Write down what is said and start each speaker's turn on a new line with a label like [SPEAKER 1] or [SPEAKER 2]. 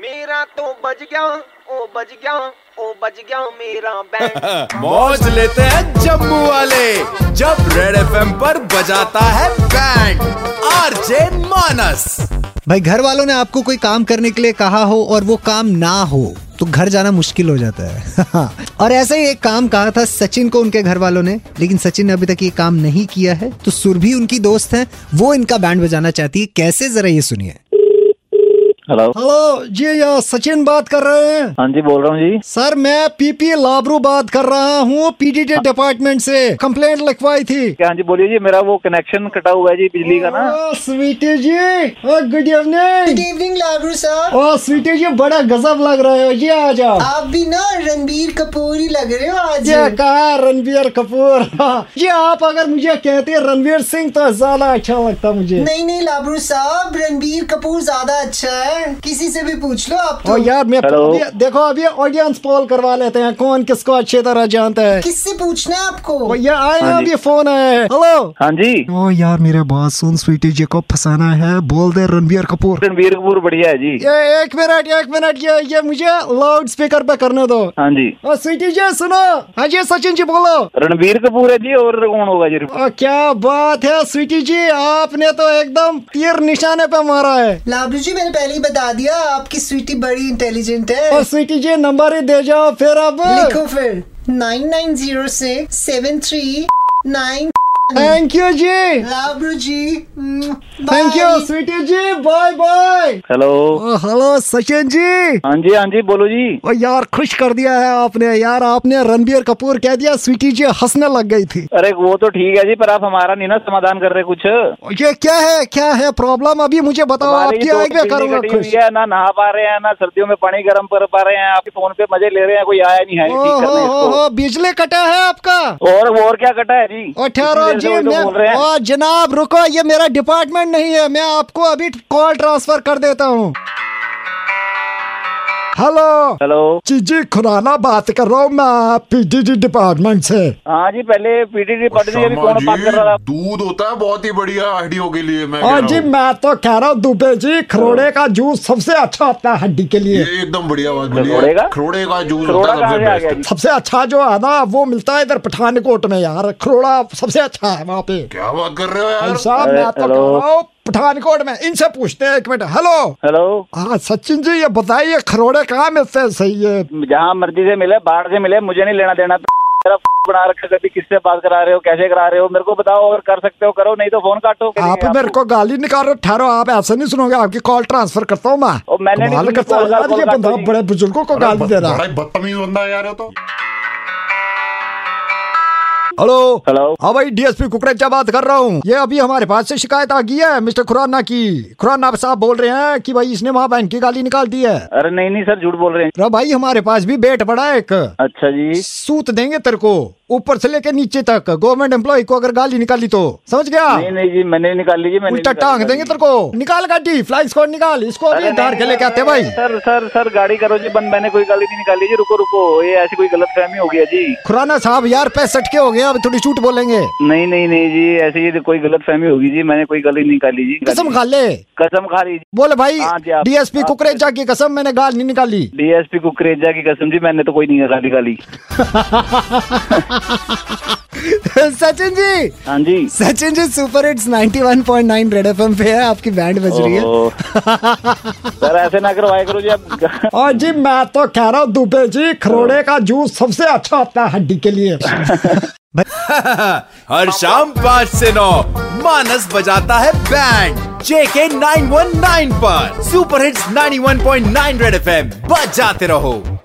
[SPEAKER 1] मेरा तो बज गया ओ बज गया ओ बज गया मेरा बैंड
[SPEAKER 2] मौज लेते हैं जम्मू वाले जब रेड एफएम पर बजाता है बैंड आरजे मानस
[SPEAKER 3] भाई घर वालों ने आपको कोई काम करने के लिए कहा हो और वो काम ना हो तो घर जाना मुश्किल हो जाता है और ऐसा ही एक काम कहा था सचिन को उनके घर वालों ने लेकिन सचिन ने अभी तक ये काम नहीं किया है तो सुरभि उनकी दोस्त है वो इनका बैंड बजाना चाहती है कैसे जरा ये सुनिए
[SPEAKER 4] हेलो
[SPEAKER 3] हेलो जी यहाँ सचिन बात कर रहे हैं
[SPEAKER 4] हाँ जी बोल रहा हूँ जी
[SPEAKER 3] सर मैं पीपी लाबरू बात कर रहा हूँ
[SPEAKER 4] हाँ।
[SPEAKER 3] पीडीटी डिपार्टमेंट से कंप्लेंट लिखवाई थी
[SPEAKER 4] क्या हाँ जी बोलिए जी मेरा वो कनेक्शन कटा हुआ है जी बिजली का ना
[SPEAKER 3] ओ, Sweety ji good evening
[SPEAKER 5] good evening Labroo साहब
[SPEAKER 3] ओ स्वीटी जी बड़ा गजब लग रहे हो जी आज आप
[SPEAKER 5] आप भी ना रणबीर कपूर ही लग रहे हो आज
[SPEAKER 3] ये कहा रणबीर कपूर ये आप अगर मुझे कहते रणवीर सिंह तो ज्यादा अच्छा लगता मुझे
[SPEAKER 5] नहीं नहीं लाबरू साहब रणबीर कपूर ज्यादा अच्छा है किसी से भी पूछ लो आप
[SPEAKER 3] और
[SPEAKER 5] तो
[SPEAKER 3] यार मैं
[SPEAKER 4] हेलो।
[SPEAKER 3] ये- देखो अभी ऑडियंस पोल करवा लेते हैं कौन किसको अच्छी तरह जानता है
[SPEAKER 5] किससे पूछना है आपको
[SPEAKER 3] और ये आए हैं,
[SPEAKER 4] हाँ जी।
[SPEAKER 3] अभी फोन आया है हेलो
[SPEAKER 4] हाँ जी
[SPEAKER 3] ओ यार मेरे बात सुन स्वीटी जी को फंसाना है बोल दे रणबीर कपूर
[SPEAKER 4] रणबीर कपूर बढ़िया है जी
[SPEAKER 3] ये एक मिनट एक मिनट ये ये मुझे लाउड स्पीकर पे करने दो
[SPEAKER 4] हाँ जी
[SPEAKER 3] ओ स्वीटी जी सुनो हाँ जी सचिन जी बोलो
[SPEAKER 4] रणबीर कपूर है जी और कौन होगा जी
[SPEAKER 3] ओ, क्या बात है स्वीटी जी आपने तो एकदम तीर निशाने पे मारा है
[SPEAKER 5] लाबरू जी मैंने पहले ही बता दिया आपकी स्वीटी बड़ी इंटेलिजेंट है
[SPEAKER 3] और स्वीटी जी नंबर ही दे जाओ फिर अब
[SPEAKER 5] लिखो फिर nine nine zero six seven three nine
[SPEAKER 3] thank you जी
[SPEAKER 5] लाबरू जी mm,
[SPEAKER 3] thank you Sweety ji bye bye
[SPEAKER 4] hello
[SPEAKER 3] hello Sachin ji
[SPEAKER 4] हाँ जी हाँ जी बोलो जी
[SPEAKER 3] ओ यार खुश कर दिया है आपने यार आपने रणबीर कपूर कह दिया स्वीटी जी हंसने लग गई थी
[SPEAKER 4] अरे वो तो ठीक है जी पर आप हमारा नहीं ना समाधान कर रहे कुछ
[SPEAKER 3] ओ, ये क्या है क्या है प्रॉब्लम अभी मुझे बताओ
[SPEAKER 4] हमारी
[SPEAKER 3] आपकी
[SPEAKER 4] तो
[SPEAKER 3] आई पे
[SPEAKER 4] बिजली
[SPEAKER 3] करूंगा
[SPEAKER 4] कटी
[SPEAKER 3] खुश
[SPEAKER 4] हुई है ना नहा पा रहे हैं ना सर्दियों में पानी गर्म कर पा रहे हैं आपके फोन पे मजे ले रहे हैं कोई आया नहीं है
[SPEAKER 3] ओ हो
[SPEAKER 4] ठीक करने
[SPEAKER 3] हो
[SPEAKER 4] इसको
[SPEAKER 3] हो बिजली कटा है आपका
[SPEAKER 4] और वो और क्या कटा है जी
[SPEAKER 3] और ठहरो
[SPEAKER 4] इतनी देर से
[SPEAKER 3] जी
[SPEAKER 4] वही तो
[SPEAKER 3] मैं
[SPEAKER 4] बोल रहे हैं
[SPEAKER 3] ओ जनाब रुको ये मेरा डिपार्टमेंट नहीं है मैं आपको अभी कॉल ट्रांसफर कर देता हूँ हेलो
[SPEAKER 4] हेलो
[SPEAKER 3] जी जी खुराना बात कर रहा हूँ मैं पीडीडी डिपार्टमेंट से
[SPEAKER 4] हाँ जी पहले पीटीटी पढ़ दी अभी
[SPEAKER 6] शर्मा
[SPEAKER 4] कौन बात कर रहा था
[SPEAKER 6] जी, दूध होता है बहुत ही बढ़िया हड्डियों के लिए मैं कह
[SPEAKER 3] और
[SPEAKER 6] रहा
[SPEAKER 3] जी
[SPEAKER 6] हूँ।
[SPEAKER 3] मैं तो कह रहा हूँ दुबे जी खरोड़े का जूस सबसे अच्छा होता है हड्डी के लिए
[SPEAKER 6] ये एकदम बढ़िया बात बोली
[SPEAKER 4] खरोड़े का?
[SPEAKER 6] है। खरोड़े का जूस होता
[SPEAKER 4] करोड़ा कहाँ से आ गया
[SPEAKER 6] है सबसे बेस्ट
[SPEAKER 4] जी
[SPEAKER 3] सबसे अच्छा जो है ना वो मिलता है इधर पठानकोट में यार खरोड़ा सबसे अच्छा है वहाँ पे
[SPEAKER 6] क्या बात कर रहे हो
[SPEAKER 3] भाई
[SPEAKER 6] यार
[SPEAKER 3] साहब
[SPEAKER 4] अरे,
[SPEAKER 3] मैं तो कह
[SPEAKER 4] हेलो।
[SPEAKER 3] रहा हूँ पठानकोट में इनसे पूछते हैं एक मिनट हेलो
[SPEAKER 4] हेलो
[SPEAKER 3] हाँ सचिन जी ये बताइए खरोड़े कहाँ मिलते हैं सही है
[SPEAKER 4] जहाँ मर्जी से मिले बाहर से मिले मुझे नहीं लेना देना मेरा बना रखा कभी किससे बात करा रहे हो कैसे करा रहे हो मेरे को बताओ अगर कर सकते हो करो नहीं तो फोन काटो
[SPEAKER 3] आप मेरे को गाली निकाल रहे हो, ठहरो आप ऐसा नहीं सुनोगे आपकी कॉल ट्रांसफर करता हूँ मैं
[SPEAKER 4] ओ, मैंने नहीं
[SPEAKER 3] कमाल
[SPEAKER 4] सुनी
[SPEAKER 3] करता है
[SPEAKER 4] कॉल,
[SPEAKER 3] यार
[SPEAKER 4] कॉल
[SPEAKER 3] ये
[SPEAKER 4] काटो
[SPEAKER 3] बंदा
[SPEAKER 4] जी।
[SPEAKER 3] बड़े बुजुर्गों को गाली दे रहा है
[SPEAKER 6] बड़ा ही बदतमीज बंदा है यार ये तो
[SPEAKER 3] हेलो
[SPEAKER 4] हेलो।
[SPEAKER 3] हाँ भाई डीएसपी कुकरेजा बात कर रहा हूँ ये अभी हमारे पास से शिकायत आ गई है मिस्टर खुराना की खुराना साहब बोल रहे हैं कि भाई इसने वहाँ बैंक की गाली निकाल दी है
[SPEAKER 4] अरे नहीं नहीं सर झूठ बोल रहे हैं
[SPEAKER 3] रा भाई हमारे पास भी बेट पड़ा है एक
[SPEAKER 4] अच्छा जी
[SPEAKER 3] सूत देंगे तेरे को ऊपर से लेकर नीचे तक गवर्नमेंट एम्प्लॉय को अगर गाली निकाली तो समझ
[SPEAKER 4] नहीं
[SPEAKER 3] गया
[SPEAKER 4] नहीं जी मैंने नहीं निकाल लीजिए मैंने
[SPEAKER 3] उल्टा
[SPEAKER 4] नहीं निकाली
[SPEAKER 3] टांग देंगे तेरे को निकाल गाड़ी फ्लाई स्क्वाड निकाल इसको
[SPEAKER 4] अरे
[SPEAKER 3] अभी
[SPEAKER 4] नहीं,
[SPEAKER 3] उतार के
[SPEAKER 4] नहीं,
[SPEAKER 3] लेके आते हैं भाई
[SPEAKER 4] सर सर सर गाड़ी करो जी बंद मैंने कोई गाली नहीं निकाली जी रुको रुको ये ऐसी कोई गलत फहमी हो गया जी
[SPEAKER 3] खुराना साहब यार पैंसठ के हो गए अब थोड़ी झूठ बोलेंगे
[SPEAKER 4] नहीं नहीं नहीं जी ऐसी ये कोई गलत फहमी होगी जी मैंने कोई गाली नहीं निकाली जी
[SPEAKER 3] कसम खा ले
[SPEAKER 4] कसम खा ली जी
[SPEAKER 3] बोले भाई
[SPEAKER 4] हाँ जी, आप-
[SPEAKER 3] डीएसपी
[SPEAKER 4] आप-
[SPEAKER 3] कुकरेजा की कसम मैंने गाल नहीं निकाली
[SPEAKER 4] डीएसपी कुकरेजा की कसम जी मैंने तो कोई नहीं गाली निकाली
[SPEAKER 3] सचिन जी
[SPEAKER 4] हाँ जी
[SPEAKER 3] Sachin ji super hits 91.9 red FM पे है आपकी बैंड बज रही है
[SPEAKER 4] ओहो। सर ऐसे ना करवाया करो जी आप
[SPEAKER 3] और जी मैं तो कह रहा हूँ दुबे जी खरोड़े का जूस सबसे अच्छा होता है हड्डी के लिए
[SPEAKER 2] हर शाम पाँच से नौ मानस बजाता है बैंड जेके 919 पर सुपर हिट्स 91.9 रेड एफएम बजाते रहो